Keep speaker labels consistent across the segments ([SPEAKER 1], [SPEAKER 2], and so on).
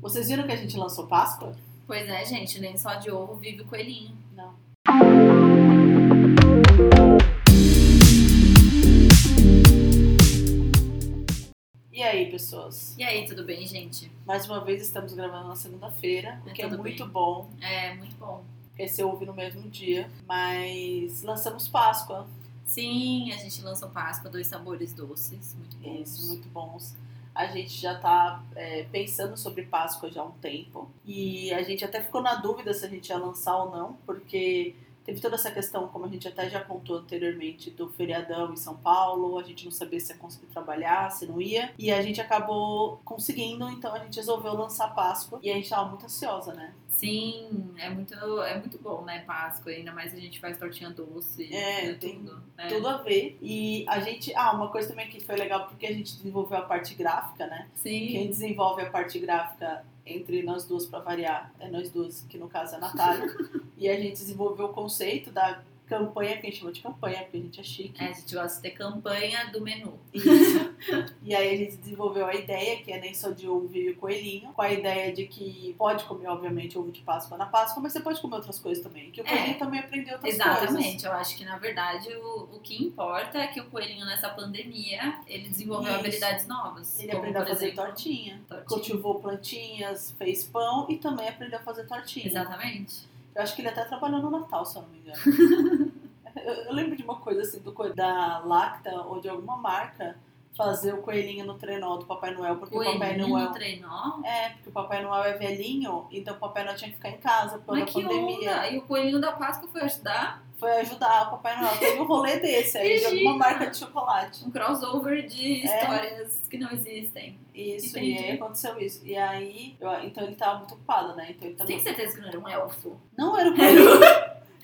[SPEAKER 1] Vocês viram que a gente lançou Páscoa?
[SPEAKER 2] Pois é, gente, nem só de ovo vive o coelhinho.
[SPEAKER 1] Não. E aí, pessoas?
[SPEAKER 2] E aí, tudo bem, gente?
[SPEAKER 1] Mais uma vez estamos gravando na segunda-feira, o
[SPEAKER 2] É
[SPEAKER 1] que é
[SPEAKER 2] tudo
[SPEAKER 1] muito
[SPEAKER 2] bem.
[SPEAKER 1] bom,
[SPEAKER 2] É, muito bom.
[SPEAKER 1] porque você ouve no mesmo dia. Mas lançamos Páscoa,
[SPEAKER 2] Sim, a gente lançou Páscoa, dois sabores doces, muito bons.
[SPEAKER 1] isso, muito bons. A gente já tá é, pensando sobre Páscoa já há um tempo. E a gente até ficou na dúvida se a gente ia lançar ou não, porque teve toda essa questão, como a gente até já contou anteriormente, do feriadão em São Paulo, a gente não sabia se ia conseguir trabalhar, se não ia. E a gente acabou conseguindo, então a gente resolveu lançar Páscoa. E a gente tava muito ansiosa, né?
[SPEAKER 2] Sim, é muito, é muito bom, né, Páscoa? Ainda mais a gente faz tortinha doce,
[SPEAKER 1] É,
[SPEAKER 2] né,
[SPEAKER 1] tem
[SPEAKER 2] tudo. É.
[SPEAKER 1] Tudo a ver. E a gente. Ah, uma coisa também que foi legal porque a gente desenvolveu a parte gráfica, né? Quem
[SPEAKER 2] Sim,
[SPEAKER 1] desenvolve a parte gráfica entre nós duas para variar é nós duas, que no caso é a Natália. e a gente desenvolveu o conceito da campanha, que a gente chama de campanha, porque a gente é chique.
[SPEAKER 2] é, a gente gosta de ter campanha do menu.
[SPEAKER 1] Isso. e aí a gente desenvolveu a ideia, que é nem só de ovo e coelhinho, com a ideia de que pode comer, obviamente, ovo de Páscoa na Páscoa, mas você pode comer outras coisas também. Que o
[SPEAKER 2] É.
[SPEAKER 1] coelhinho também aprendeu outras coisas.
[SPEAKER 2] Exatamente, eu acho que na verdade o, o que importa é que o coelhinho nessa pandemia ele desenvolveu
[SPEAKER 1] Isso.
[SPEAKER 2] habilidades novas.
[SPEAKER 1] Ele
[SPEAKER 2] como,
[SPEAKER 1] aprendeu a
[SPEAKER 2] por
[SPEAKER 1] fazer
[SPEAKER 2] exemplo,
[SPEAKER 1] tortinha.
[SPEAKER 2] tortinha.
[SPEAKER 1] Cultivou plantinhas, fez pão e também aprendeu a fazer tortinha.
[SPEAKER 2] Exatamente.
[SPEAKER 1] Eu acho que ele é até trabalhou no Natal, se eu não me engano. eu, eu lembro de uma coisa assim, do, co- da Lacta ou de alguma marca, fazer o coelhinho no trenó do Papai Noel, porque o Papai
[SPEAKER 2] Coelhinho
[SPEAKER 1] Noel.
[SPEAKER 2] no treinó.
[SPEAKER 1] É, porque o Papai Noel é velhinho, então o Papai Noel tinha que ficar em casa por causa
[SPEAKER 2] Mas
[SPEAKER 1] da
[SPEAKER 2] que
[SPEAKER 1] pandemia.
[SPEAKER 2] onda! E o coelhinho da Páscoa foi ajudar
[SPEAKER 1] Foi ajudar o Papai Noel. Teve um rolê desse aí, de alguma
[SPEAKER 2] Imagina!
[SPEAKER 1] marca de chocolate.
[SPEAKER 2] um crossover de
[SPEAKER 1] É.
[SPEAKER 2] histórias que não existem.
[SPEAKER 1] Isso, e
[SPEAKER 2] Entendi.
[SPEAKER 1] aí aconteceu isso. E aí, eu- então ele tava muito ocupado, né? Então ele
[SPEAKER 2] Você
[SPEAKER 1] tava...
[SPEAKER 2] tem certeza que não era um elfo?
[SPEAKER 1] Não era o coelhinho.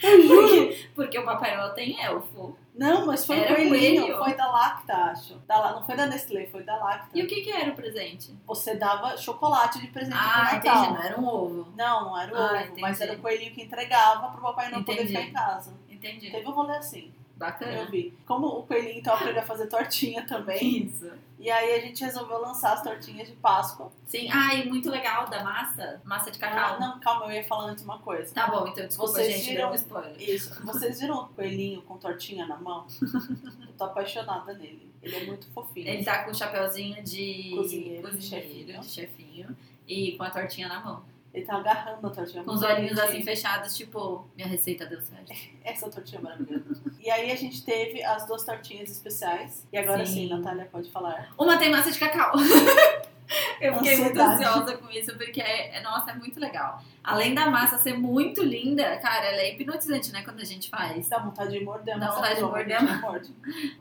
[SPEAKER 1] Eu juro.
[SPEAKER 2] Porque, porque o Papai Noel tem elfo.
[SPEAKER 1] Não, mas foi
[SPEAKER 2] Era
[SPEAKER 1] o coelhinho,
[SPEAKER 2] coelho.
[SPEAKER 1] foi da Lacta, acho. Da, La- não foi da Nestlé, foi da Lacta.
[SPEAKER 2] E o que, que era o presente?
[SPEAKER 1] Você dava chocolate de presente
[SPEAKER 2] ah,
[SPEAKER 1] pro Natal.
[SPEAKER 2] entendi, não era um ovo.
[SPEAKER 1] Não, não era o
[SPEAKER 2] Ah,
[SPEAKER 1] ovo,
[SPEAKER 2] entendi.
[SPEAKER 1] mas era o coelhinho que entregava pro papai não poder
[SPEAKER 2] Entendi.
[SPEAKER 1] ficar em casa.
[SPEAKER 2] Entendi.
[SPEAKER 1] Teve um rolê assim, eu
[SPEAKER 2] Bacana.
[SPEAKER 1] vi. Como o coelhinho então aprendeu a fazer tortinha também,
[SPEAKER 2] Isso.
[SPEAKER 1] e aí a gente resolveu lançar as tortinhas de Páscoa.
[SPEAKER 2] Sim. Ah, e muito legal da massa. Massa de cacau.
[SPEAKER 1] Ah, não, calma, eu ia falar antes uma coisa.
[SPEAKER 2] Tá bom, então desculpa,
[SPEAKER 1] Vocês
[SPEAKER 2] gente,
[SPEAKER 1] viram-
[SPEAKER 2] deu um spoiler.
[SPEAKER 1] Isso, vocês viram o coelhinho com tortinha na mão? Eu tô apaixonada nele, ele é muito fofinho.
[SPEAKER 2] Ele tá com o chapéuzinho de
[SPEAKER 1] Cozinheiro,
[SPEAKER 2] cozinheiro,
[SPEAKER 1] de chefinho.
[SPEAKER 2] de chefinho, e com a tortinha na mão.
[SPEAKER 1] Ele tá agarrando a tortinha.
[SPEAKER 2] Com os
[SPEAKER 1] muito
[SPEAKER 2] olhinhos assim
[SPEAKER 1] bonitinho.
[SPEAKER 2] fechados, tipo, minha receita deu certo.
[SPEAKER 1] Essa tortinha é maravilhosa. e aí a gente teve as duas tortinhas especiais. E agora sim,
[SPEAKER 2] Sim.
[SPEAKER 1] Natália pode falar.
[SPEAKER 2] Uma tem massa de cacau. Eu fiquei muito
[SPEAKER 1] Ansiedade.
[SPEAKER 2] ansiosa com isso, porque, é, é- nossa, é muito legal. Além da massa ser muito linda, cara, ela é hipnotizante, né, quando a gente faz.
[SPEAKER 1] Dá vontade de morder,
[SPEAKER 2] Dá
[SPEAKER 1] mas
[SPEAKER 2] vontade de
[SPEAKER 1] sabe,
[SPEAKER 2] morder,
[SPEAKER 1] a gente morde.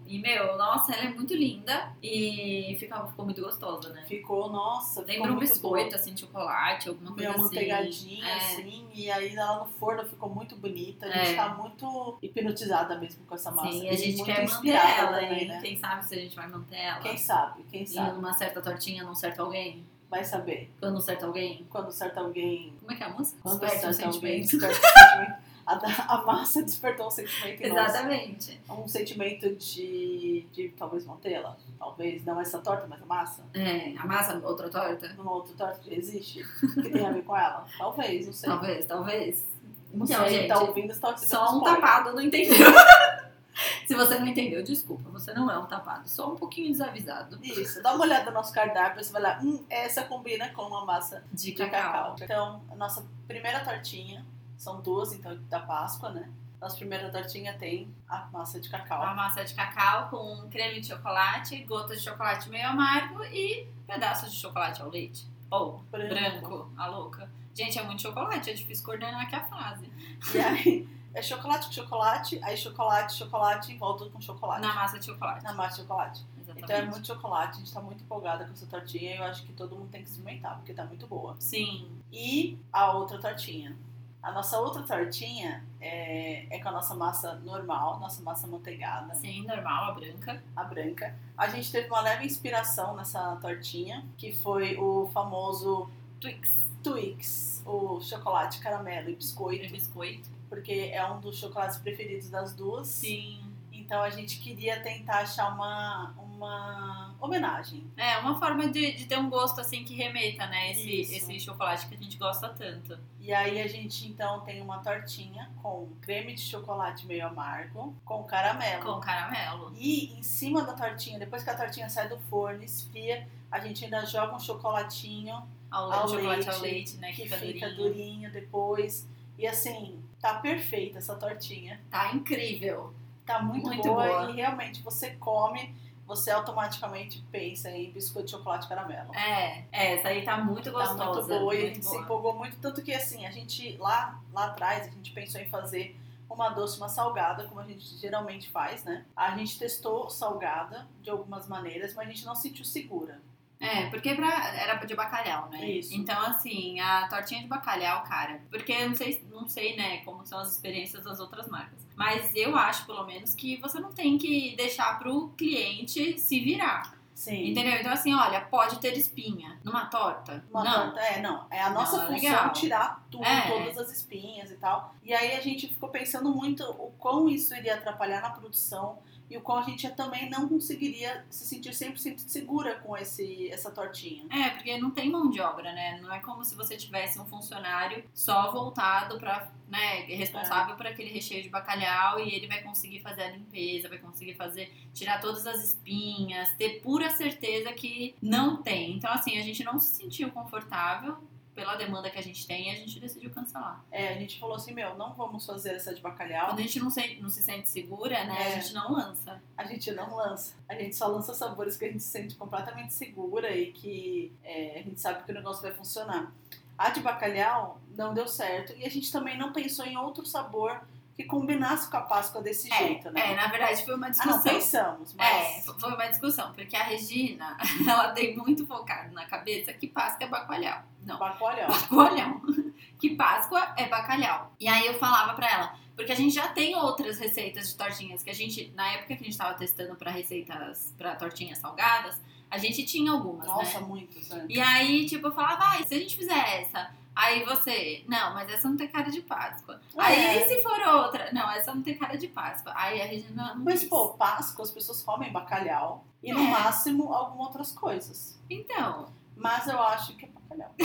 [SPEAKER 2] E, meu, nossa, ela é muito linda e fica, ficou muito gostosa, né?
[SPEAKER 1] Ficou, nossa,
[SPEAKER 2] Lembra
[SPEAKER 1] ficou
[SPEAKER 2] um
[SPEAKER 1] muito
[SPEAKER 2] biscoito, assim, de chocolate, alguma
[SPEAKER 1] boa.
[SPEAKER 2] coisa
[SPEAKER 1] Meio
[SPEAKER 2] assim.
[SPEAKER 1] manteigadinha,
[SPEAKER 2] É.
[SPEAKER 1] assim, e aí ela no forno ficou muito bonita. A gente
[SPEAKER 2] É.
[SPEAKER 1] tá muito hipnotizada mesmo com essa massa.
[SPEAKER 2] Sim,
[SPEAKER 1] E
[SPEAKER 2] a gente
[SPEAKER 1] muito
[SPEAKER 2] quer manter
[SPEAKER 1] inspirada
[SPEAKER 2] ela,
[SPEAKER 1] também,
[SPEAKER 2] hein?
[SPEAKER 1] né?
[SPEAKER 2] Quem sabe se a gente vai manter ela.
[SPEAKER 1] Quem sabe, quem
[SPEAKER 2] E
[SPEAKER 1] sabe,
[SPEAKER 2] numa certa tortinha, num certo alguém.
[SPEAKER 1] vai saber.
[SPEAKER 2] Quando um certo alguém.
[SPEAKER 1] Quando certo alguém.
[SPEAKER 2] Como é que é a música?
[SPEAKER 1] Quando
[SPEAKER 2] Desperta um
[SPEAKER 1] certo alguém
[SPEAKER 2] sentimento.
[SPEAKER 1] desperta um sentimento. A, da- a massa despertou um sentimento em nós.
[SPEAKER 2] Exatamente.
[SPEAKER 1] um sentimento de, de talvez mantê-la, talvez não essa torta, mas a massa,
[SPEAKER 2] É, a massa, outra torta?
[SPEAKER 1] numa outra torta que existe, que tem a ver com ela. Talvez, não sei.
[SPEAKER 2] Talvez, talvez.
[SPEAKER 1] Não
[SPEAKER 2] Então,
[SPEAKER 1] sei,
[SPEAKER 2] gente,
[SPEAKER 1] tá ouvindo essa torta
[SPEAKER 2] Só um tapado não entendeu. Se você não entendeu, desculpa, você não é um tapado, só um pouquinho desavisado
[SPEAKER 1] Isso, dá uma olhada no nosso cardápio, você vai lá, hum, essa combina com uma massa
[SPEAKER 2] de
[SPEAKER 1] de
[SPEAKER 2] cacau.
[SPEAKER 1] cacau. Então, a nossa primeira tortinha, são duas, então, da Páscoa, né? Nossa primeira tortinha tem a massa de cacau.
[SPEAKER 2] Uma massa de cacau com um creme de chocolate, gotas de chocolate meio amargo e pedaços de chocolate ao leite. Ou branco, a louca. Gente, é muito chocolate, é difícil coordenar aqui a frase.
[SPEAKER 1] E aí, é chocolate com chocolate, aí chocolate, chocolate, envolto com chocolate.
[SPEAKER 2] Na massa de chocolate.
[SPEAKER 1] Na massa de chocolate.
[SPEAKER 2] Exatamente.
[SPEAKER 1] Então é muito chocolate, a gente tá muito empolgada com essa tortinha e eu acho que todo mundo tem que experimentar, porque tá muito boa.
[SPEAKER 2] Sim,
[SPEAKER 1] E a outra tortinha. A nossa outra tortinha é, é com a nossa massa normal, nossa massa manteigada,
[SPEAKER 2] sim, normal, a branca.
[SPEAKER 1] a branca. A gente teve uma leve inspiração nessa tortinha, que foi o famoso
[SPEAKER 2] Twix,
[SPEAKER 1] Twix, o chocolate, caramelo e
[SPEAKER 2] e
[SPEAKER 1] biscoito,
[SPEAKER 2] biscoito.
[SPEAKER 1] porque é um dos chocolates preferidos das duas.
[SPEAKER 2] Sim.
[SPEAKER 1] Então a gente queria tentar achar uma, uma homenagem.
[SPEAKER 2] É, uma forma de, de ter um gosto assim que remeta, né? Esse,
[SPEAKER 1] Isso.
[SPEAKER 2] esse chocolate que a gente gosta tanto.
[SPEAKER 1] E aí a gente então tem uma tortinha com creme de chocolate meio amargo, com caramelo.
[SPEAKER 2] É Com caramelo.
[SPEAKER 1] E em cima da tortinha, depois que a tortinha sai do forno, esfria, a gente ainda joga um chocolatinho
[SPEAKER 2] Ao,
[SPEAKER 1] Ao
[SPEAKER 2] chocolate
[SPEAKER 1] leite,
[SPEAKER 2] ao leite, né?
[SPEAKER 1] que,
[SPEAKER 2] Que,
[SPEAKER 1] fica,
[SPEAKER 2] durinho.
[SPEAKER 1] durinho depois. E assim, tá perfeita essa tortinha.
[SPEAKER 2] Tá incrível.
[SPEAKER 1] Tá muito,
[SPEAKER 2] Muito
[SPEAKER 1] boa,
[SPEAKER 2] boa.
[SPEAKER 1] e realmente você come, você automaticamente pensa em biscoito de chocolate e caramelo.
[SPEAKER 2] É, é, essa aí tá
[SPEAKER 1] Tá
[SPEAKER 2] muito gostosa.
[SPEAKER 1] muito boa e a
[SPEAKER 2] muito
[SPEAKER 1] gente se
[SPEAKER 2] boa.
[SPEAKER 1] empolgou muito. Tanto que assim, a gente lá, lá atrás, a gente pensou em fazer uma doce, uma salgada, como a gente geralmente faz, né? A gente testou salgada de algumas maneiras, mas a gente não se sentiu segura.
[SPEAKER 2] É, porque pra- era de bacalhau, né?
[SPEAKER 1] Isso.
[SPEAKER 2] Então, assim, a tortinha de bacalhau, cara, porque eu não sei, não sei, né, como são as experiências das outras marcas. Mas eu acho, pelo menos, que você não tem que deixar pro cliente se virar.
[SPEAKER 1] Sim.
[SPEAKER 2] Entendeu? Então, assim, olha, pode ter espinha numa torta?
[SPEAKER 1] Uma
[SPEAKER 2] não.
[SPEAKER 1] torta- é, não. É a nossa
[SPEAKER 2] Não, é
[SPEAKER 1] função
[SPEAKER 2] legal.
[SPEAKER 1] tirar tudo,
[SPEAKER 2] É.
[SPEAKER 1] todas as espinhas e tal. E aí a gente ficou pensando muito o quão isso iria atrapalhar na produção e o quão a gente também não conseguiria se sentir 100% segura com esse, essa tortinha.
[SPEAKER 2] É, porque não tem mão de obra, né? Não é como se você tivesse um funcionário só voltado para, né, responsável
[SPEAKER 1] É.
[SPEAKER 2] por aquele recheio de bacalhau e ele vai conseguir fazer a limpeza, vai conseguir fazer tirar todas as espinhas, ter pura certeza que não tem. Então assim, a gente não se sentiu confortável pela demanda que a gente tem e a gente decidiu cancelar.
[SPEAKER 1] É, a gente falou assim, meu, não vamos fazer essa de bacalhau.
[SPEAKER 2] Quando a gente não se, não se sente segura, né,
[SPEAKER 1] É.
[SPEAKER 2] a gente não lança.
[SPEAKER 1] A gente não lança. A gente só lança sabores que a gente se sente completamente segura e que é, a gente sabe que o negócio vai funcionar. A de bacalhau não deu certo e a gente também não pensou em outro sabor que combinasse com a Páscoa desse jeito, né?
[SPEAKER 2] é, na verdade foi uma
[SPEAKER 1] ah, não,
[SPEAKER 2] discussão
[SPEAKER 1] pensamos,
[SPEAKER 2] É,
[SPEAKER 1] mas.
[SPEAKER 2] fo- foi uma discussão, porque a Regina, ela tem muito focado na cabeça que Páscoa é bacalhau. Não,
[SPEAKER 1] Bacalhau.
[SPEAKER 2] bacalhau. Que Páscoa é bacalhau. E aí eu falava pra ela, porque a gente já tem outras receitas de tortinhas que a gente, na época que a gente tava testando pra receitas, pra tortinhas salgadas, a gente tinha algumas, né?
[SPEAKER 1] Nossa, muitos, né?
[SPEAKER 2] E aí, tipo, eu falava, ah, e se a gente fizer essa? Aí você, não, mas essa não tem cara de Páscoa. Aí
[SPEAKER 1] É.
[SPEAKER 2] e se for outra, não, essa não tem cara de Páscoa. Aí a Regina não
[SPEAKER 1] Mas,
[SPEAKER 2] quis.
[SPEAKER 1] pô, Páscoa as pessoas comem bacalhau e no
[SPEAKER 2] É.
[SPEAKER 1] máximo algumas outras coisas.
[SPEAKER 2] Então,
[SPEAKER 1] Mas eu acho que é bacalhau.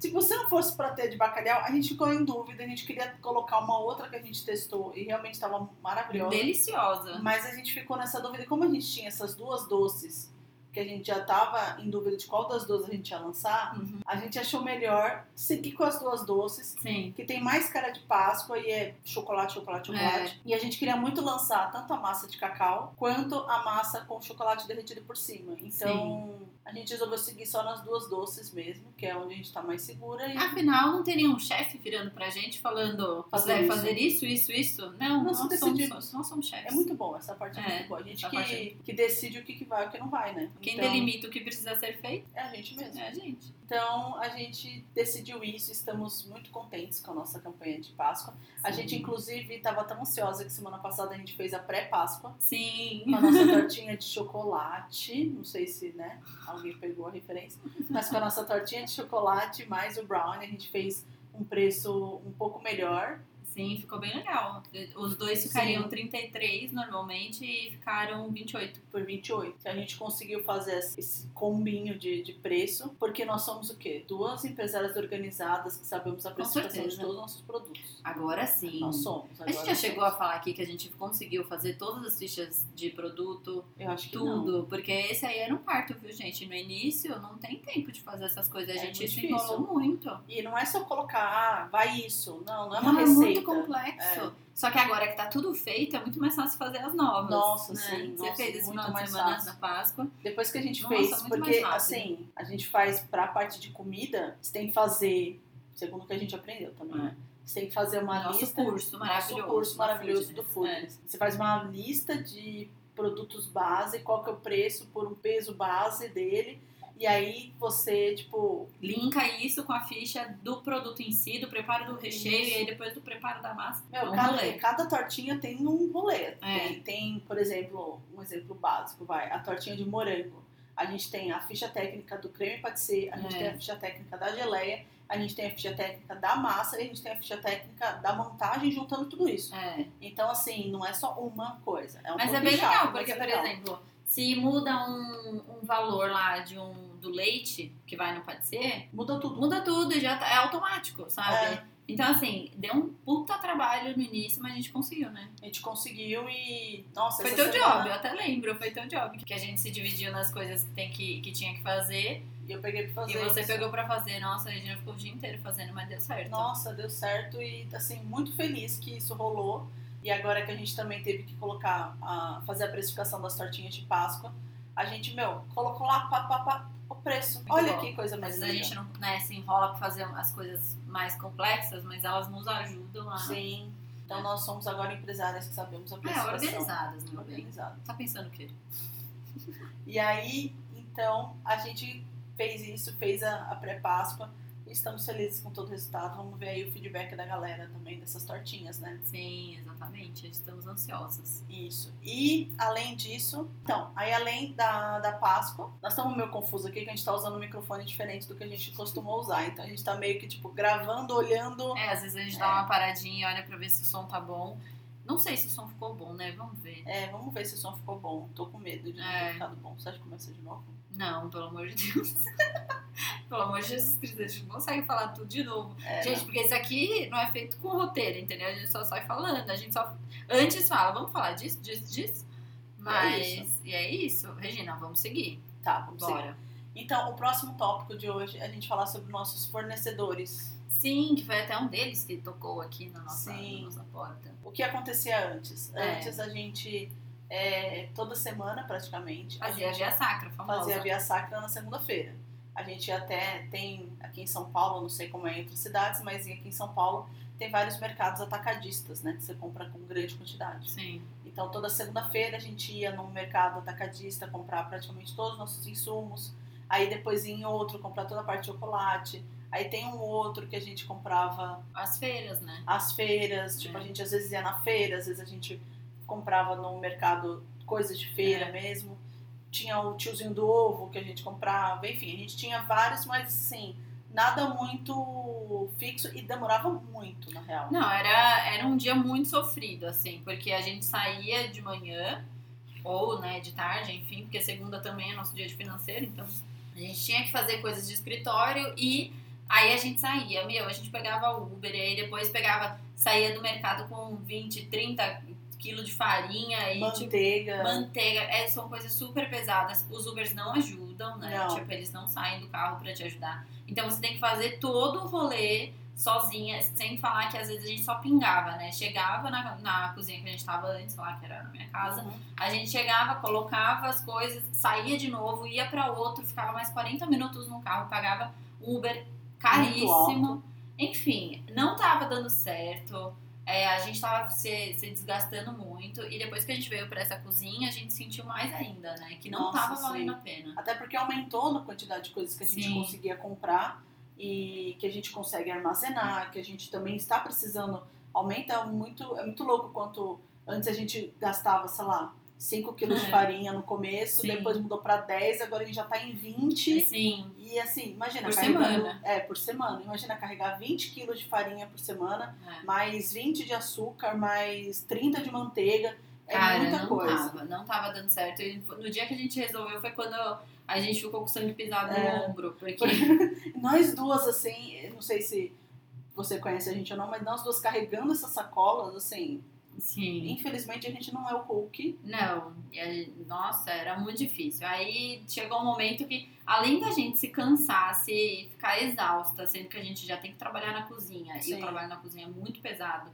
[SPEAKER 1] tipo, se não fosse pra ter de bacalhau, a gente ficou em dúvida, a gente queria colocar uma outra que a gente testou e realmente tava maravilhosa.
[SPEAKER 2] Deliciosa.
[SPEAKER 1] Mas a gente ficou nessa dúvida. E como a gente tinha essas duas doces, que a gente já tava em dúvida de qual das duas a gente ia lançar,
[SPEAKER 2] Uhum.
[SPEAKER 1] a gente achou melhor seguir com as duas doces,
[SPEAKER 2] Sim.
[SPEAKER 1] que tem mais cara de Páscoa e é chocolate, chocolate, chocolate. E a gente queria muito lançar tanto a massa de cacau quanto a massa com chocolate derretido por cima. Então a gente resolveu seguir só nas duas doces mesmo, que é onde a gente tá mais segura. E...
[SPEAKER 2] Afinal, não tem nenhum chefe virando pra gente falando
[SPEAKER 1] Fazer
[SPEAKER 2] você deve
[SPEAKER 1] isso.
[SPEAKER 2] fazer isso, isso, isso. Não,
[SPEAKER 1] Nós
[SPEAKER 2] nós, somos,
[SPEAKER 1] decidimos.
[SPEAKER 2] nós somos chefes.
[SPEAKER 1] É muito bom, essa parte é,
[SPEAKER 2] É,
[SPEAKER 1] muito boa. A gente
[SPEAKER 2] essa parte
[SPEAKER 1] que, que decide o que, que vai e o que não vai, né?
[SPEAKER 2] Quem
[SPEAKER 1] Então,
[SPEAKER 2] delimita o que precisa ser feito
[SPEAKER 1] É a gente mesmo.
[SPEAKER 2] é a gente.
[SPEAKER 1] Então a gente decidiu isso, estamos muito contentes com a nossa campanha de Páscoa. A gente, inclusive, estava tão ansiosa que semana passada a gente fez a pré-Páscoa
[SPEAKER 2] Sim.
[SPEAKER 1] com a nossa tortinha de chocolate. Não sei se né, alguém pegou a referência, mas com a nossa tortinha de chocolate mais o brownie, a gente fez um preço um pouco melhor.
[SPEAKER 2] Sim, ficou bem legal. Os dois ficariam
[SPEAKER 1] Sim.
[SPEAKER 2] 33 normalmente e ficaram 28.
[SPEAKER 1] Por 28. Então, A gente conseguiu fazer esse combinho de, de preço, porque nós somos o quê? Duas empresárias organizadas que sabemos a precificação de
[SPEAKER 2] certeza.
[SPEAKER 1] todos os nossos produtos.
[SPEAKER 2] Agora sim.
[SPEAKER 1] Nós somos.
[SPEAKER 2] a gente
[SPEAKER 1] agora
[SPEAKER 2] já
[SPEAKER 1] nós
[SPEAKER 2] chegou
[SPEAKER 1] somos.
[SPEAKER 2] a falar aqui que a gente conseguiu fazer todas as fichas de produto,
[SPEAKER 1] Eu acho que não.
[SPEAKER 2] Tudo, porque esse aí era um parto, viu, gente? No início não tem tempo de fazer essas coisas. A
[SPEAKER 1] É
[SPEAKER 2] gente
[SPEAKER 1] muito
[SPEAKER 2] se
[SPEAKER 1] difícil.
[SPEAKER 2] enrolou muito.
[SPEAKER 1] E não é só colocar, ah, vai isso. Não, não é uma
[SPEAKER 2] Não,
[SPEAKER 1] receita. É.
[SPEAKER 2] muito complexo. Só que agora que tá tudo feito, é muito mais fácil fazer as novas.
[SPEAKER 1] Nossa,
[SPEAKER 2] né?
[SPEAKER 1] sim,
[SPEAKER 2] Você
[SPEAKER 1] nossa,
[SPEAKER 2] fez esse
[SPEAKER 1] muito
[SPEAKER 2] final de
[SPEAKER 1] mais
[SPEAKER 2] semana
[SPEAKER 1] fácil.
[SPEAKER 2] na Páscoa.
[SPEAKER 1] Depois que a gente
[SPEAKER 2] Nossa,
[SPEAKER 1] fez,
[SPEAKER 2] muito
[SPEAKER 1] porque
[SPEAKER 2] mais rápido.
[SPEAKER 1] assim, a gente faz pra parte de comida, você tem que fazer, segundo o que a gente aprendeu também,
[SPEAKER 2] É.
[SPEAKER 1] né? Você tem que fazer uma
[SPEAKER 2] nosso
[SPEAKER 1] lista.
[SPEAKER 2] curso maravilhoso.
[SPEAKER 1] Nosso curso
[SPEAKER 2] da
[SPEAKER 1] maravilhoso do
[SPEAKER 2] Foodness. É.
[SPEAKER 1] Foodness. Você faz uma lista de produtos base, qual que é o preço por um peso base dele. E aí você, tipo,
[SPEAKER 2] Linka isso com a ficha do produto em si, do preparo do recheio
[SPEAKER 1] Isso.
[SPEAKER 2] e aí depois do preparo da massa.
[SPEAKER 1] Meu,
[SPEAKER 2] É um
[SPEAKER 1] cada,
[SPEAKER 2] rolê.
[SPEAKER 1] cada tortinha tem um rolê.
[SPEAKER 2] É.
[SPEAKER 1] Tem, tem, por exemplo, um exemplo básico, vai, a tortinha de morango. A gente tem a ficha técnica do creme patissier, a gente
[SPEAKER 2] É.
[SPEAKER 1] tem a ficha técnica da geleia, a gente tem a ficha técnica da massa e a gente tem a ficha técnica da montagem juntando tudo isso.
[SPEAKER 2] É.
[SPEAKER 1] Então, assim, não é só uma coisa. É um
[SPEAKER 2] Mas é
[SPEAKER 1] pouco
[SPEAKER 2] bem
[SPEAKER 1] chato,
[SPEAKER 2] legal,
[SPEAKER 1] mas
[SPEAKER 2] porque,
[SPEAKER 1] é
[SPEAKER 2] por
[SPEAKER 1] legal.
[SPEAKER 2] exemplo, Se muda um, um valor lá de um do leite que vai no pâtissier,
[SPEAKER 1] Muda tudo.
[SPEAKER 2] muda tudo e já tá- é automático, sabe?
[SPEAKER 1] É.
[SPEAKER 2] Então, assim, deu um puta trabalho no início, mas a gente conseguiu, né?
[SPEAKER 1] A gente conseguiu e. Nossa,
[SPEAKER 2] Foi
[SPEAKER 1] essa
[SPEAKER 2] teu
[SPEAKER 1] semana
[SPEAKER 2] job, eu até lembro, foi teu job. Que a gente se dividiu nas coisas que, tem que, que tinha que fazer.
[SPEAKER 1] Eu peguei pra fazer.
[SPEAKER 2] e você
[SPEAKER 1] isso.
[SPEAKER 2] pegou pra fazer. Nossa, a Regina ficou o dia inteiro fazendo, mas deu certo.
[SPEAKER 1] Nossa, deu certo e assim, muito feliz que isso rolou. E agora que a gente também teve que colocar, a, fazer a precificação das tortinhas de Páscoa, a gente, meu, colocou lá pá, pá, pá, o preço.
[SPEAKER 2] Muito
[SPEAKER 1] Olha
[SPEAKER 2] bom.
[SPEAKER 1] que coisa
[SPEAKER 2] Às
[SPEAKER 1] mais
[SPEAKER 2] vezes a
[SPEAKER 1] linda.
[SPEAKER 2] gente não né, se enrola pra fazer as coisas mais complexas, mas elas nos ajudam a.
[SPEAKER 1] Sim. Então nós somos agora empresárias que sabemos a
[SPEAKER 2] É,
[SPEAKER 1] precificação.
[SPEAKER 2] organizadas, meu bem.
[SPEAKER 1] Organizado.
[SPEAKER 2] Tá pensando o quê?
[SPEAKER 1] E aí, então, a gente fez isso, fez a, a pré-Páscoa. e Estamos felizes com todo o resultado. Vamos ver aí o feedback da galera também dessas tortinhas, né?
[SPEAKER 2] Sim, exatamente. Estamos ansiosas.
[SPEAKER 1] Isso. E além disso, então, aí além da, da Páscoa, nós estamos meio confusos aqui que a gente tá usando um microfone diferente do que a gente costumou usar. Então a gente tá meio que tipo gravando, olhando.
[SPEAKER 2] É, às vezes a gente dá uma paradinha e olha pra ver se o som tá bom. Não sei se o som ficou bom, né? Vamos ver.
[SPEAKER 1] É, vamos ver se o som ficou bom. Tô com medo de não
[SPEAKER 2] É.
[SPEAKER 1] ter ficado bom. Você acha que começa de novo?
[SPEAKER 2] Não, pelo amor de Deus. pelo amor de Jesus Cristo, a gente não consegue falar tudo de novo.
[SPEAKER 1] É,
[SPEAKER 2] Gente, porque isso aqui não é feito com roteiro, entendeu? A gente só sai falando, a gente só. Antes fala, vamos falar disso, disso, disso. Mas. e é isso. Regina, vamos seguir.
[SPEAKER 1] não. Tá, vamos seguir.
[SPEAKER 2] Bora.
[SPEAKER 1] Então, o próximo tópico de hoje é a gente falar sobre nossos fornecedores.
[SPEAKER 2] Sim, que foi até um deles que tocou aqui na nossa,
[SPEAKER 1] Sim.
[SPEAKER 2] na nossa porta.
[SPEAKER 1] O que acontecia antes?
[SPEAKER 2] É.
[SPEAKER 1] Antes a gente, é, toda semana praticamente, a
[SPEAKER 2] Fazia a
[SPEAKER 1] gente
[SPEAKER 2] Via Sacra, famosa.
[SPEAKER 1] fazia a Via Sacra na segunda-feira. A gente até tem aqui em São Paulo, não sei como é em outras cidades, mas aqui em São Paulo tem vários mercados atacadistas, né? Que você compra com grande quantidade.
[SPEAKER 2] Sim.
[SPEAKER 1] Então toda segunda-feira a gente ia num mercado atacadista comprar praticamente todos os nossos insumos. Aí depois ia em outro comprar toda a parte de chocolate. Aí tem um outro que a gente comprava
[SPEAKER 2] As feiras, né?
[SPEAKER 1] as feiras, tipo,
[SPEAKER 2] É.
[SPEAKER 1] a gente às vezes ia na feira, às vezes a gente comprava no mercado coisas de feira
[SPEAKER 2] É.
[SPEAKER 1] mesmo. Tinha o tiozinho do ovo que a gente comprava, enfim, a gente tinha vários, mas assim, nada muito fixo e demorava muito, na real.
[SPEAKER 2] Não, era, era um dia muito sofrido, assim, porque a gente saía de manhã ou, né, de tarde, enfim, porque segunda também é nosso dia de financeiro, então a gente tinha que fazer coisas de escritório e aí a gente saía, meu, a gente pegava o Uber e aí depois pegava, saía do mercado com 20, 30 quilos de farinha e tipo,
[SPEAKER 1] Manteiga.
[SPEAKER 2] manteiga, é, são coisas super pesadas. Os Ubers não ajudam, né?
[SPEAKER 1] Não.
[SPEAKER 2] Tipo, eles não saem do carro pra te ajudar. Então você tem que fazer todo o rolê sozinha, sem falar que às vezes a gente só pingava, né? Chegava na, na cozinha que a gente tava antes lá, que era na minha casa,
[SPEAKER 1] Uhum.
[SPEAKER 2] a gente chegava, colocava as coisas, saía de novo, ia pra outro, ficava mais 40 minutos no carro, pagava Uber caríssimo.
[SPEAKER 1] alto.
[SPEAKER 2] Enfim, não tava dando certo. é, a gente tava se, se desgastando muito. E depois que a gente veio pra essa cozinha, a gente sentiu mais ainda, né? Que não
[SPEAKER 1] Nossa,
[SPEAKER 2] tava
[SPEAKER 1] sim.
[SPEAKER 2] valendo a pena.
[SPEAKER 1] Até porque aumentou na quantidade de coisas que a gente
[SPEAKER 2] Sim.
[SPEAKER 1] conseguia comprar e que a gente consegue armazenar, que a gente também está precisando. Aumenta muito, é muito louco quanto antes a gente gastava, sei lá, 5 quilos
[SPEAKER 2] É.
[SPEAKER 1] de farinha no começo,
[SPEAKER 2] Sim.
[SPEAKER 1] depois mudou para 10, agora a gente já está em 20.
[SPEAKER 2] Sim,
[SPEAKER 1] E assim, imagina
[SPEAKER 2] Por
[SPEAKER 1] carregando-
[SPEAKER 2] semana.
[SPEAKER 1] É, por semana. Imagina carregar 20 quilos de farinha por semana,
[SPEAKER 2] é.
[SPEAKER 1] mais 20 de açúcar, mais 30 de manteiga. É
[SPEAKER 2] Cara,
[SPEAKER 1] muita
[SPEAKER 2] não
[SPEAKER 1] coisa.
[SPEAKER 2] tava, não tava dando certo. E no dia que a gente resolveu foi quando a gente ficou com o sangue pisado no
[SPEAKER 1] É.
[SPEAKER 2] ombro. Porque
[SPEAKER 1] Porque nós duas, assim, eu não sei se você conhece a gente ou não, mas nós duas carregando essas sacolas, assim,
[SPEAKER 2] Sim.
[SPEAKER 1] infelizmente a gente não é o Hulk.
[SPEAKER 2] Não, e a- nossa, era muito difícil. Aí chegou um momento que, além da gente se cansar, se ficar exausta, sendo que a gente já tem que trabalhar na cozinha, e
[SPEAKER 1] Sim.
[SPEAKER 2] o trabalho na cozinha é muito pesado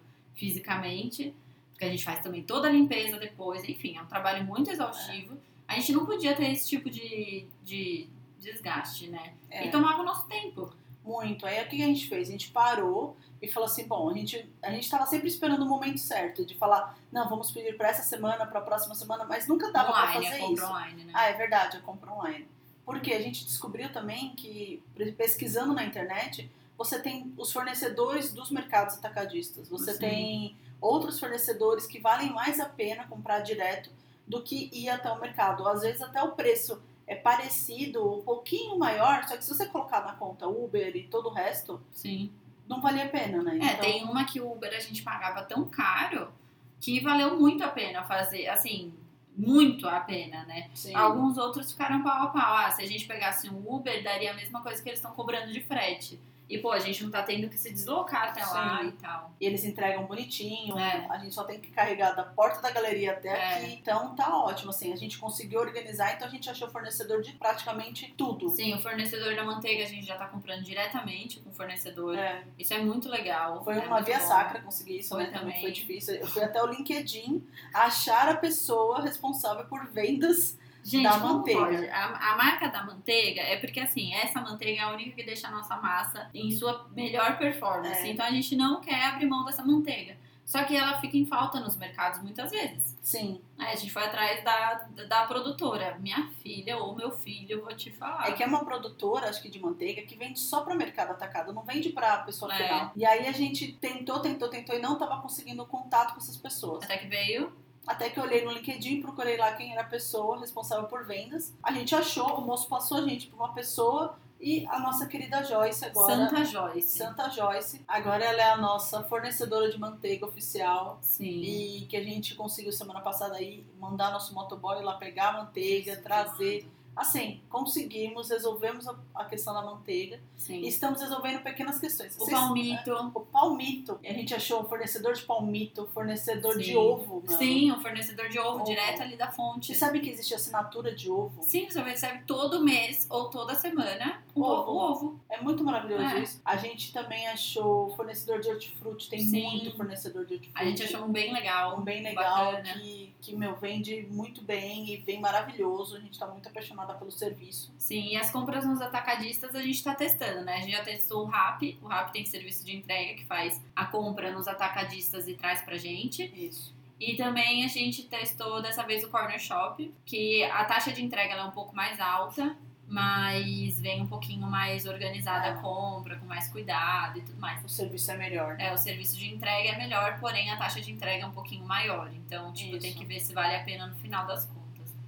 [SPEAKER 2] fisicamente, porque a gente faz também toda a limpeza depois, enfim, é um trabalho muito exaustivo. A gente não podia ter esse tipo de, de desgaste, né?
[SPEAKER 1] É,
[SPEAKER 2] E tomava o nosso tempo.
[SPEAKER 1] Muito. Aí o que a gente fez? A gente parou e falou assim: bom, a gente, a gente tava sempre esperando o momento certo de falar, não, vamos pedir pra essa semana, pra próxima semana, mas nunca dava pra
[SPEAKER 2] online,
[SPEAKER 1] fazer
[SPEAKER 2] a compra
[SPEAKER 1] isso.
[SPEAKER 2] online, né?
[SPEAKER 1] Ah, é verdade, eu compro online. Porque a gente descobriu também que, pre- pesquisando na internet, você tem os fornecedores dos mercados atacadistas. Você
[SPEAKER 2] Sim.
[SPEAKER 1] tem outros fornecedores que valem mais a pena comprar direto do que ir até o mercado. Às vezes até o preço é parecido, um pouquinho maior, só que se você colocar na conta Uber e todo o resto,
[SPEAKER 2] Sim.
[SPEAKER 1] não valia a pena, né?
[SPEAKER 2] É, tem uma que o Uber a gente pagava tão caro que valeu muito a pena fazer, assim, muito a pena, né?
[SPEAKER 1] Sim.
[SPEAKER 2] Alguns outros ficaram pau a pau. Ah, se a gente pegasse um Uber, daria a mesma coisa que eles estão cobrando de frete. E, pô, a gente não tá tendo que se deslocar até lá
[SPEAKER 1] Sim.
[SPEAKER 2] e tal.
[SPEAKER 1] E eles entregam bonitinho, né?
[SPEAKER 2] É.
[SPEAKER 1] a gente só tem que carregar da porta da galeria até
[SPEAKER 2] É.
[SPEAKER 1] aqui. Então tá ótimo, assim, a gente conseguiu organizar, então a gente achou fornecedor de praticamente tudo.
[SPEAKER 2] Sim, o fornecedor da manteiga a gente já tá comprando diretamente com o fornecedor.
[SPEAKER 1] É,
[SPEAKER 2] Isso é muito legal.
[SPEAKER 1] foi
[SPEAKER 2] é
[SPEAKER 1] uma
[SPEAKER 2] muito
[SPEAKER 1] via
[SPEAKER 2] bom.
[SPEAKER 1] sacra conseguir isso,
[SPEAKER 2] Foi
[SPEAKER 1] né? Também.
[SPEAKER 2] também.
[SPEAKER 1] foi difícil. Eu fui até o LinkedIn achar a pessoa responsável por vendas.
[SPEAKER 2] Gente,
[SPEAKER 1] da
[SPEAKER 2] como
[SPEAKER 1] manteiga.
[SPEAKER 2] pode? A, a marca da manteiga é porque, assim, essa manteiga é a única que deixa a nossa massa em sua melhor performance.
[SPEAKER 1] É.
[SPEAKER 2] Então a gente não quer abrir mão dessa manteiga. Só que ela fica em falta nos mercados muitas vezes.
[SPEAKER 1] Sim.
[SPEAKER 2] Aí a gente foi atrás da, da, da produtora. Minha filha ou meu filho, vou te falar.
[SPEAKER 1] É que é uma produtora, acho que de manteiga, que vende só para mercado atacado, não vende para pessoa
[SPEAKER 2] É.
[SPEAKER 1] final. E aí a gente tentou, tentou, tentou e não tava conseguindo contato com essas pessoas.
[SPEAKER 2] Até que veio.
[SPEAKER 1] Até que eu olhei no LinkedIn, procurei lá quem era a pessoa responsável por vendas. A gente achou, o moço passou a gente para uma pessoa e a nossa querida Joyce agora.
[SPEAKER 2] Santa Joyce.
[SPEAKER 1] Santa Joyce. Agora ela é a nossa fornecedora de manteiga oficial.
[SPEAKER 2] Sim.
[SPEAKER 1] E que a gente conseguiu semana passada aí mandar nosso motoboy lá pegar a manteiga, trazer. Assim, conseguimos, resolvemos a- a questão da manteiga.
[SPEAKER 2] Sim.
[SPEAKER 1] E estamos resolvendo pequenas questões.
[SPEAKER 2] O
[SPEAKER 1] Vocês-
[SPEAKER 2] palmito.
[SPEAKER 1] O palmito. E a gente achou um fornecedor de palmito, fornecedor de
[SPEAKER 2] Sim.
[SPEAKER 1] ovo. né? mano.
[SPEAKER 2] Sim, o fornecedor de ovo,
[SPEAKER 1] Ovo.
[SPEAKER 2] direto ali da fonte.
[SPEAKER 1] Você sabe que existe assinatura de ovo?
[SPEAKER 2] Sim, você recebe todo mês ou toda semana o
[SPEAKER 1] Ovo.
[SPEAKER 2] ovo. O ovo.
[SPEAKER 1] É muito maravilhoso
[SPEAKER 2] É.
[SPEAKER 1] isso. A gente também achou fornecedor de hortifruti, tem
[SPEAKER 2] Sim.
[SPEAKER 1] muito fornecedor de hortifruti.
[SPEAKER 2] A gente achou um bem legal.
[SPEAKER 1] um bem legal
[SPEAKER 2] bacana.
[SPEAKER 1] que, que, meu, vende muito bem e vem maravilhoso. A gente tá muito apaixonada pelo serviço.
[SPEAKER 2] Sim, e as compras nos atacadistas a gente tá testando, né? A gente já testou o RAP. O RAP tem serviço de entrega que faz a compra nos atacadistas e traz pra gente.
[SPEAKER 1] Isso.
[SPEAKER 2] E também a gente testou dessa vez o Corner Shop, que a taxa de entrega ela é um pouco mais alta, mas vem um pouquinho mais organizada a compra, com mais cuidado e tudo mais.
[SPEAKER 1] O serviço é melhor, né?
[SPEAKER 2] É, o serviço de entrega é melhor, porém a taxa de entrega é um pouquinho maior. Então, tipo, tem
[SPEAKER 1] Isso.
[SPEAKER 2] que ver se vale a pena no final das contas.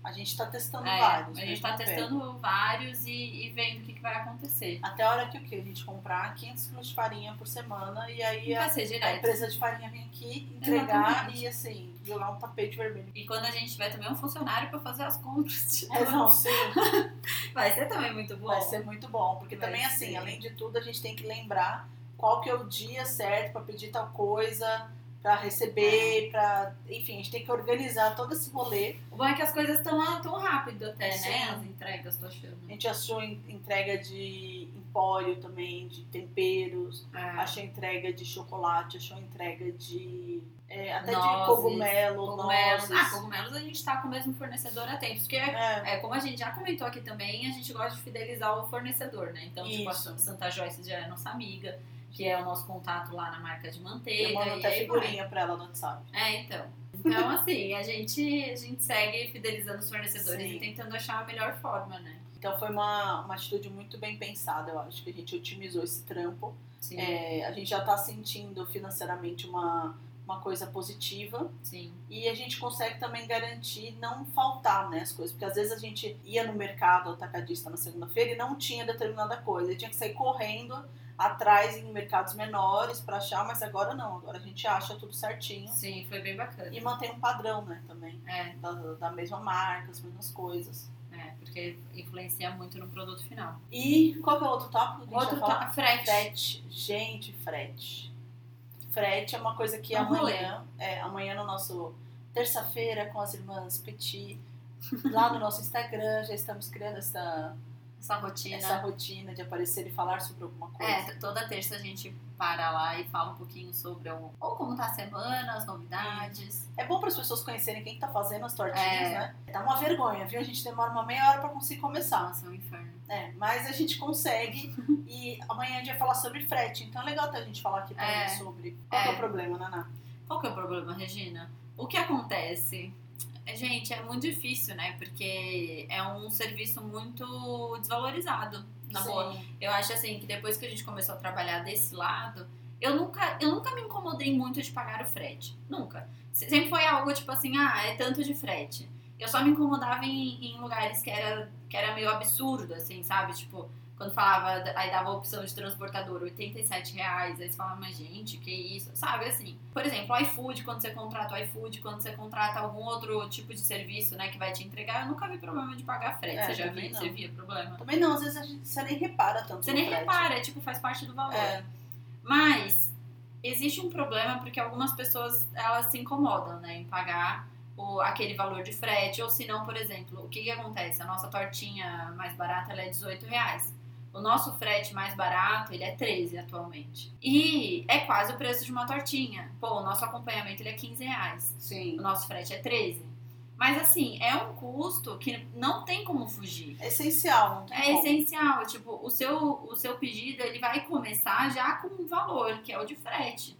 [SPEAKER 1] A gente tá testando
[SPEAKER 2] É,
[SPEAKER 1] vários.
[SPEAKER 2] a
[SPEAKER 1] né?
[SPEAKER 2] gente tá
[SPEAKER 1] Vamos ver.
[SPEAKER 2] testando vários e, e vendo o que, que vai acontecer.
[SPEAKER 1] Até a hora que o quê? A gente comprar 500 quilos de farinha por semana e aí
[SPEAKER 2] Vai
[SPEAKER 1] a,
[SPEAKER 2] ser
[SPEAKER 1] a
[SPEAKER 2] direto.
[SPEAKER 1] empresa de farinha vem aqui entregar
[SPEAKER 2] Exatamente.
[SPEAKER 1] e assim, jogar um tapete vermelho.
[SPEAKER 2] E quando a gente vai também um funcionário pra fazer as compras. de
[SPEAKER 1] É, não,
[SPEAKER 2] todos.
[SPEAKER 1] sim.
[SPEAKER 2] Vai ser também muito bom.
[SPEAKER 1] Vai ser muito bom, porque
[SPEAKER 2] Vai
[SPEAKER 1] também assim,
[SPEAKER 2] ser.
[SPEAKER 1] além de tudo, a gente tem que lembrar qual que é o dia certo para pedir tal coisa, para
[SPEAKER 2] É.
[SPEAKER 1] receber, para, enfim, a gente tem que organizar todo esse rolê.
[SPEAKER 2] O bom é que as coisas estão lá tão rápido até, né?
[SPEAKER 1] Sim.
[SPEAKER 2] As entregas, tô achando.
[SPEAKER 1] A gente achou en- entrega de empório também, de temperos,
[SPEAKER 2] É, Ah.
[SPEAKER 1] achou entrega de chocolate, achou entrega de é, até de
[SPEAKER 2] Nozes,
[SPEAKER 1] cogumelo,
[SPEAKER 2] cogumelos.
[SPEAKER 1] nozes.
[SPEAKER 2] Ah, cogumelos a gente tá com o mesmo fornecedor há tempo. Porque, é,
[SPEAKER 1] É,
[SPEAKER 2] como a gente já comentou aqui também, a gente gosta de fidelizar o fornecedor, né? Então, tipo, a
[SPEAKER 1] Isso.
[SPEAKER 2] Santa Joyce já é nossa amiga, que é o nosso contato lá na marca de manteiga.
[SPEAKER 1] É, eu mando
[SPEAKER 2] e
[SPEAKER 1] até
[SPEAKER 2] aí vai.
[SPEAKER 1] figurinha pra ela no WhatsApp.
[SPEAKER 2] É, então. Então, assim, a gente, a gente segue fidelizando os fornecedores
[SPEAKER 1] Sim.
[SPEAKER 2] e tentando achar a melhor forma, né?
[SPEAKER 1] Então foi uma, uma atitude muito bem pensada, eu acho que a gente otimizou esse trampo.
[SPEAKER 2] Sim,
[SPEAKER 1] É, a gente já está sentindo financeiramente uma, uma coisa positiva
[SPEAKER 2] sim.
[SPEAKER 1] e a gente consegue também garantir não faltar né, as coisas, porque às vezes a gente ia no mercado atacadista na segunda-feira e não tinha determinada coisa, e tinha que sair correndo atrás em mercados menores para achar, mas agora não, agora a gente acha tudo certinho
[SPEAKER 2] Sim, foi bem bacana.
[SPEAKER 1] e mantém um padrão né, também,
[SPEAKER 2] É,
[SPEAKER 1] da, da mesma marca, as mesmas coisas.
[SPEAKER 2] é, porque influencia muito no produto final.
[SPEAKER 1] E qual que é o outro tópico que a gente
[SPEAKER 2] Outro
[SPEAKER 1] ia falar?
[SPEAKER 2] tá, frete.
[SPEAKER 1] Frete, gente, frete. Frete é uma coisa que
[SPEAKER 2] É um
[SPEAKER 1] amanhã, é, amanhã no nosso terça-feira com as irmãs Petit, lá no nosso Instagram, já estamos criando essa,
[SPEAKER 2] Essa rotina.
[SPEAKER 1] essa rotina de aparecer e falar sobre alguma coisa.
[SPEAKER 2] É, t- toda terça a gente para lá e fala um pouquinho sobre o, ou como tá a semana, as novidades.
[SPEAKER 1] É bom para as pessoas conhecerem quem está fazendo as tortinhas,
[SPEAKER 2] É.
[SPEAKER 1] né? Dá uma vergonha, viu? A gente demora uma meia hora para conseguir começar.
[SPEAKER 2] Nossa, é um inferno.
[SPEAKER 1] É, mas a gente consegue e amanhã a gente vai falar sobre frete. Então é legal até a gente falar aqui também
[SPEAKER 2] É.
[SPEAKER 1] sobre qual que é.
[SPEAKER 2] É.
[SPEAKER 1] o problema, Naná.
[SPEAKER 2] Qual que é o problema, Regina? O que acontece? É, Gente, é muito difícil, né? Porque é um serviço muito desvalorizado, na
[SPEAKER 1] Sim.
[SPEAKER 2] boa. Eu acho assim que depois que a gente começou a trabalhar desse lado, eu nunca, eu nunca me incomodei muito de pagar o frete. Nunca. Se- Sempre foi algo tipo assim, ah, é tanto de frete. Eu só me incomodava em, em lugares que era, que era meio absurdo, assim, sabe? Tipo, quando Quando falava, aí dava a opção de transportador, 87 reais, aí você falava, mas gente, que isso? Sabe, assim, por exemplo, o iFood, quando você contrata o iFood, quando você contrata algum outro tipo de serviço, né, que vai te entregar, eu nunca vi problema de pagar frete,
[SPEAKER 1] É,
[SPEAKER 2] você já
[SPEAKER 1] também
[SPEAKER 2] viu?
[SPEAKER 1] não.
[SPEAKER 2] Você via problema?
[SPEAKER 1] Também não, às vezes a gente, você nem repara tanto.
[SPEAKER 2] Você
[SPEAKER 1] no
[SPEAKER 2] nem
[SPEAKER 1] prédio.
[SPEAKER 2] repara, é, tipo, faz parte do valor.
[SPEAKER 1] É.
[SPEAKER 2] Mas existe um problema porque algumas pessoas elas se incomodam, né, em pagar o, aquele valor de frete. Ou se não, por exemplo, o que, que acontece? A nossa tortinha mais barata ela é 18 reais. O nosso frete mais barato, ele é 13 atualmente. E é quase o preço de uma tortinha. Pô, o nosso acompanhamento ele é 15 reais.
[SPEAKER 1] Sim.
[SPEAKER 2] O nosso frete é 13. Mas assim, é um custo que não tem como fugir.
[SPEAKER 1] É essencial, não tem
[SPEAKER 2] É
[SPEAKER 1] como.
[SPEAKER 2] essencial, tipo, o seu, o seu pedido ele vai começar já com um valor, que é o de frete.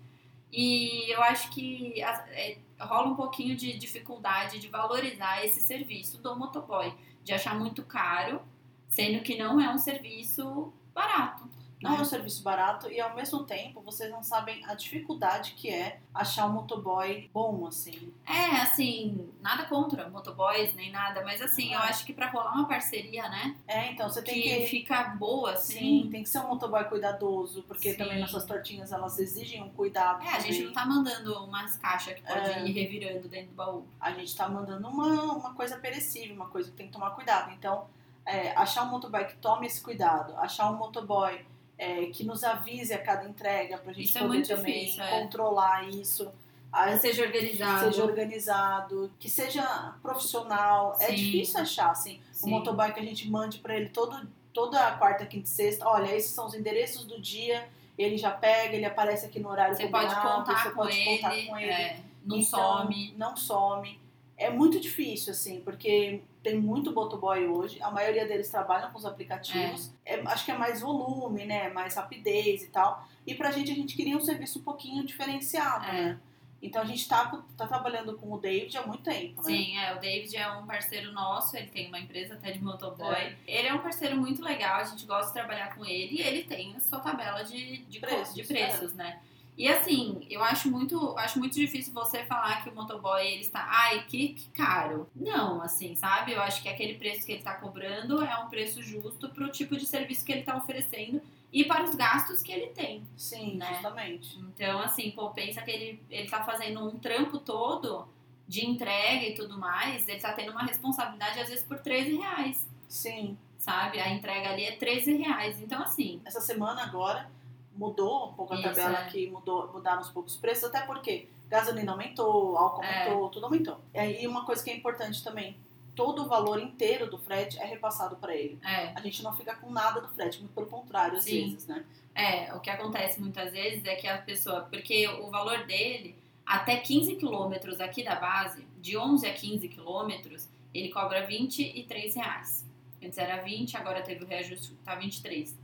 [SPEAKER 2] E eu acho que as- é, rola um pouquinho de dificuldade de valorizar esse serviço do motoboy, de achar muito caro, sendo que não é um serviço barato.
[SPEAKER 1] Não é um serviço barato e ao mesmo tempo vocês não sabem a dificuldade que é achar um motoboy bom, assim.
[SPEAKER 2] É, assim, nada contra motoboys nem nada, mas assim, eu
[SPEAKER 1] Ah.
[SPEAKER 2] acho que pra rolar uma parceria, né,
[SPEAKER 1] É, então você tem
[SPEAKER 2] que,
[SPEAKER 1] que.
[SPEAKER 2] fica boa, assim.
[SPEAKER 1] Sim, tem que ser um motoboy cuidadoso, porque
[SPEAKER 2] Sim.
[SPEAKER 1] também nossas tortinhas elas exigem um cuidado.
[SPEAKER 2] É, a gente
[SPEAKER 1] também.
[SPEAKER 2] não tá mandando umas caixas que pode
[SPEAKER 1] É.
[SPEAKER 2] ir revirando dentro do baú.
[SPEAKER 1] a gente tá mandando uma, uma coisa perecível, uma coisa que tem que tomar cuidado. Então, é, achar um motoboy que tome esse cuidado, achar um motoboy é, que nos avise a cada entrega pra gente
[SPEAKER 2] Isso é
[SPEAKER 1] poder
[SPEAKER 2] muito
[SPEAKER 1] também
[SPEAKER 2] difícil, é.
[SPEAKER 1] controlar isso. A-
[SPEAKER 2] seja organizado.
[SPEAKER 1] seja um organizado, que seja profissional. É
[SPEAKER 2] Sim.
[SPEAKER 1] difícil achar, assim, um
[SPEAKER 2] Sim.
[SPEAKER 1] motoboy que a gente mande pra ele todo, toda quarta, quinta e sexta. Olha, esses são os endereços do dia. Ele já pega, ele aparece aqui no horário
[SPEAKER 2] Você pode
[SPEAKER 1] combinado,
[SPEAKER 2] contar,
[SPEAKER 1] você
[SPEAKER 2] com,
[SPEAKER 1] pode
[SPEAKER 2] ele,
[SPEAKER 1] contar com ele.
[SPEAKER 2] é, não
[SPEAKER 1] Então,
[SPEAKER 2] some.
[SPEAKER 1] Não some. É muito difícil, assim, porque tem muito motoboy hoje. A maioria deles trabalham com os aplicativos. É, acho que é mais volume, né? Mais rapidez e tal. E pra gente, a gente queria um serviço um pouquinho diferenciado,
[SPEAKER 2] É.
[SPEAKER 1] né? Então a gente tá, co- tá trabalhando com o David há muito tempo, né?
[SPEAKER 2] Sim, é, o David é um parceiro nosso, ele tem uma empresa até de motoboy.
[SPEAKER 1] É.
[SPEAKER 2] Ele é um parceiro muito legal, a gente gosta de trabalhar com ele e ele tem a sua tabela de, de co-
[SPEAKER 1] Preços, é.
[SPEAKER 2] de preços né? E assim, eu acho muito, acho muito difícil você falar que o motoboy ele está, ai, que, que caro. Não, assim, sabe? Eu acho que aquele preço que ele está cobrando é um preço justo para o tipo de serviço que ele está oferecendo e para os gastos que ele tem.
[SPEAKER 1] Sim,
[SPEAKER 2] Né?
[SPEAKER 1] justamente.
[SPEAKER 2] Então, assim, pô, pensa que ele, ele tá fazendo um trampo todo de entrega e tudo mais, ele tá tendo uma responsabilidade, às vezes, por 13 reais,
[SPEAKER 1] Sim.
[SPEAKER 2] sabe? A entrega ali é 13 reais. Então, assim,
[SPEAKER 1] Essa semana agora mudou um pouco a
[SPEAKER 2] Isso,
[SPEAKER 1] tabela
[SPEAKER 2] é.
[SPEAKER 1] que mudou, mudaram os poucos preços, até porque gasolina aumentou, álcool
[SPEAKER 2] É.
[SPEAKER 1] aumentou, tudo aumentou. E aí uma coisa que é importante também, todo o valor inteiro do frete é repassado para ele.
[SPEAKER 2] é,
[SPEAKER 1] A gente não fica com nada do frete, muito pelo contrário, às
[SPEAKER 2] Sim.
[SPEAKER 1] vezes, né?
[SPEAKER 2] é, o que acontece muitas vezes é que a pessoa, porque o valor dele, até 15 quilômetros aqui da base, de 11 a 15 quilômetros, ele cobra 23 reais. Antes era 20, agora teve o reajuste, tá 23.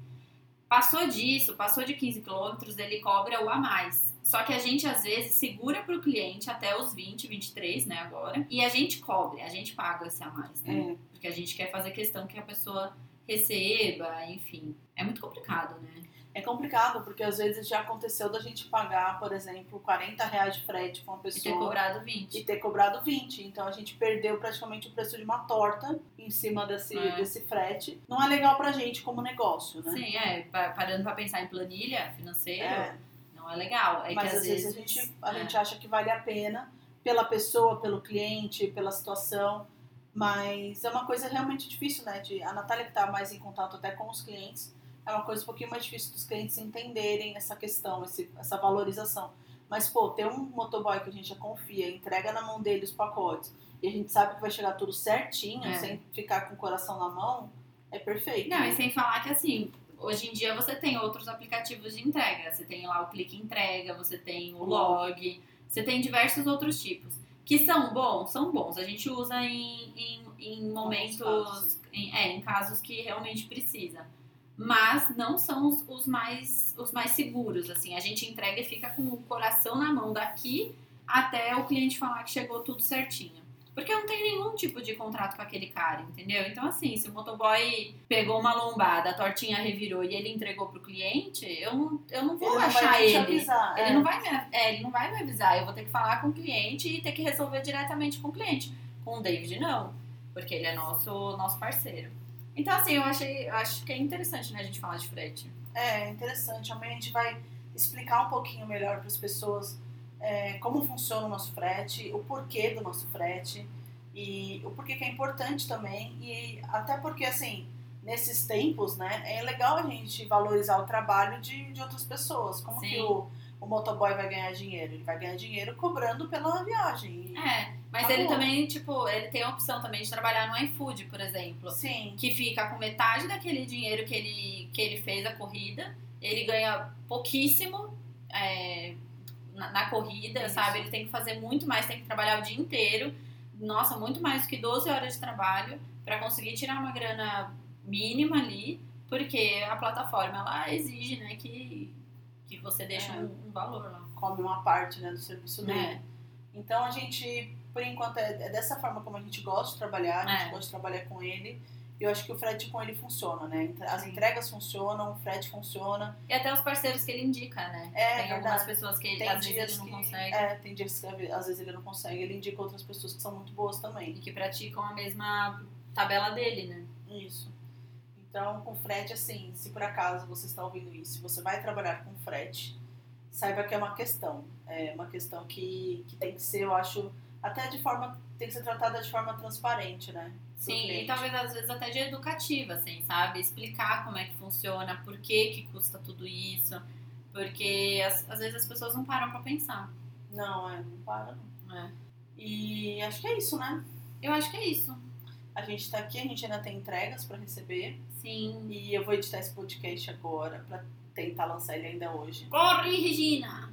[SPEAKER 2] Passou disso, passou de 15 quilômetros, ele cobra o a mais. Só que a gente, às vezes, segura para o cliente até os 20, 23, né, agora. E a gente cobre, a gente paga esse a mais,
[SPEAKER 1] É.
[SPEAKER 2] né? Porque a gente quer fazer questão que a pessoa receba, enfim. É muito complicado, né?
[SPEAKER 1] É complicado, porque às vezes já aconteceu da gente pagar, por exemplo, 40 reais de frete com uma
[SPEAKER 2] E ter
[SPEAKER 1] pessoa
[SPEAKER 2] cobrado
[SPEAKER 1] e
[SPEAKER 2] 20.
[SPEAKER 1] ter cobrado 20. Então a gente perdeu praticamente o preço de uma torta em cima desse,
[SPEAKER 2] É.
[SPEAKER 1] desse frete. Não é legal pra gente como negócio, né?
[SPEAKER 2] Sim, é, pa- parando para pensar em planilha financeira,
[SPEAKER 1] É.
[SPEAKER 2] não é legal. É
[SPEAKER 1] Mas
[SPEAKER 2] que
[SPEAKER 1] às vezes, a, gente, a
[SPEAKER 2] é.
[SPEAKER 1] gente acha que vale a pena pela pessoa, pelo cliente, pela situação. Mas é uma coisa realmente difícil, né? De, a Natália que está mais em contato até com os clientes, é uma coisa um pouquinho mais difícil dos clientes entenderem essa questão, esse- essa valorização. Mas, pô, ter um motoboy que a gente já confia, entrega na mão dele os pacotes, e a gente sabe que vai chegar tudo certinho,
[SPEAKER 2] É.
[SPEAKER 1] sem ficar com o coração na mão, é perfeito.
[SPEAKER 2] Não,
[SPEAKER 1] né?
[SPEAKER 2] e sem falar que assim, hoje em dia você tem outros aplicativos de entrega. Você tem lá o clique entrega, você tem o log, você tem diversos outros tipos. Que são bons, são bons. A gente usa em, em, em momentos,
[SPEAKER 1] casos.
[SPEAKER 2] em, é, em casos que realmente precisa. Mas não são os, os mais, os mais seguros, assim. A gente entrega e fica com o coração na mão daqui até o cliente falar que chegou tudo certinho. Porque não tem nenhum tipo de contrato com aquele cara, entendeu? Então, assim, se o motoboy pegou uma lombada, a tortinha revirou e ele entregou pro cliente, eu não, eu não vou
[SPEAKER 1] Ele não vai
[SPEAKER 2] achar
[SPEAKER 1] nem te
[SPEAKER 2] ele.
[SPEAKER 1] avisar,
[SPEAKER 2] Ele
[SPEAKER 1] é.
[SPEAKER 2] não, vai me, é, ele não vai me avisar, eu vou ter que falar com o cliente e ter que resolver diretamente com o cliente. Com o David, não, porque ele é nosso, nosso parceiro. Então, assim, eu achei, eu acho que é interessante, né, a gente falar de frete.
[SPEAKER 1] É interessante. Amanhã a gente vai explicar um pouquinho melhor para as pessoas é, como funciona o nosso frete, o porquê do nosso frete e o porquê que é importante também. E até porque, assim, nesses tempos, né, é legal a gente valorizar o trabalho de, de outras pessoas. Como
[SPEAKER 2] Sim.
[SPEAKER 1] que o, o motoboy vai ganhar dinheiro? Ele vai ganhar dinheiro cobrando pela viagem. E-
[SPEAKER 2] É, mas
[SPEAKER 1] Tá
[SPEAKER 2] ele
[SPEAKER 1] bom.
[SPEAKER 2] também, tipo, ele tem a opção também de trabalhar no iFood, por exemplo.
[SPEAKER 1] Sim,
[SPEAKER 2] que fica com metade daquele dinheiro que ele, que ele fez a corrida. Ele ganha pouquíssimo é, na, na corrida,
[SPEAKER 1] Isso.
[SPEAKER 2] sabe? Ele tem que fazer muito mais, tem que trabalhar o dia inteiro. Nossa, muito mais do que 12 horas de trabalho para conseguir tirar uma grana mínima ali, porque a plataforma ela exige, né, que, que você deixe
[SPEAKER 1] É.
[SPEAKER 2] um, um valor lá.
[SPEAKER 1] come uma parte né, do serviço dele.
[SPEAKER 2] É.
[SPEAKER 1] Então a gente, por enquanto, é é dessa forma como a gente gosta de trabalhar, a gente
[SPEAKER 2] É.
[SPEAKER 1] gosta de trabalhar com ele. E eu acho que o frete com ele funciona, né? Entre- As
[SPEAKER 2] Sim.
[SPEAKER 1] entregas funcionam, o frete funciona.
[SPEAKER 2] E até os parceiros que ele indica, né?
[SPEAKER 1] É,
[SPEAKER 2] tem algumas
[SPEAKER 1] verdade.
[SPEAKER 2] pessoas que
[SPEAKER 1] Tem
[SPEAKER 2] às
[SPEAKER 1] dias
[SPEAKER 2] vezes ele
[SPEAKER 1] que,
[SPEAKER 2] não consegue.
[SPEAKER 1] É, tem dias que às vezes ele não consegue, ele indica outras pessoas que são muito boas também.
[SPEAKER 2] E que praticam a mesma tabela dele, né?
[SPEAKER 1] Isso. Então, com frete, assim, se por acaso você está ouvindo isso, você vai trabalhar com frete, saiba que é uma questão. É uma questão que, que tem que ser, eu acho, até de forma. tem que ser tratada de forma transparente, né? pro
[SPEAKER 2] Sim,
[SPEAKER 1] cliente.
[SPEAKER 2] e talvez às vezes até de educativa, assim, sabe? Explicar como é que funciona, por que que custa tudo isso, porque as- às vezes as pessoas não param pra pensar.
[SPEAKER 1] Não, é, não para. não.
[SPEAKER 2] né?
[SPEAKER 1] E acho que é isso, né?
[SPEAKER 2] Eu acho que é isso.
[SPEAKER 1] A gente tá aqui, a gente ainda tem entregas pra receber.
[SPEAKER 2] Sim.
[SPEAKER 1] E eu vou editar esse podcast agora pra tentar lançar ele ainda hoje.
[SPEAKER 2] Corre, Regina!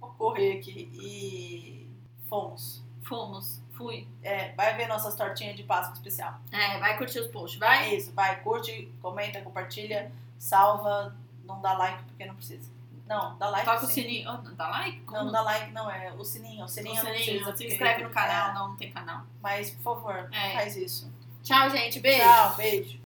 [SPEAKER 1] Vou correr aqui e. Fomos.
[SPEAKER 2] Fomos, fui.
[SPEAKER 1] É, vai ver nossas tortinhas de Páscoa especial.
[SPEAKER 2] É, vai curtir os posts,
[SPEAKER 1] É
[SPEAKER 2] vai?
[SPEAKER 1] isso, vai, curte, comenta, compartilha, salva, não dá like porque não precisa. Não, dá like.
[SPEAKER 2] Toca o
[SPEAKER 1] É, sim.
[SPEAKER 2] sininho. Oh, dá like? Como?
[SPEAKER 1] Não, não dá like, não, é o sininho, o
[SPEAKER 2] O
[SPEAKER 1] sininho, não
[SPEAKER 2] sininho,
[SPEAKER 1] precisa.
[SPEAKER 2] se
[SPEAKER 1] porque-
[SPEAKER 2] inscreve no canal,
[SPEAKER 1] É,
[SPEAKER 2] não, não tem canal.
[SPEAKER 1] mas, por favor,
[SPEAKER 2] É.
[SPEAKER 1] faz isso.
[SPEAKER 2] Tchau, gente. Beijo.
[SPEAKER 1] Tchau, beijo.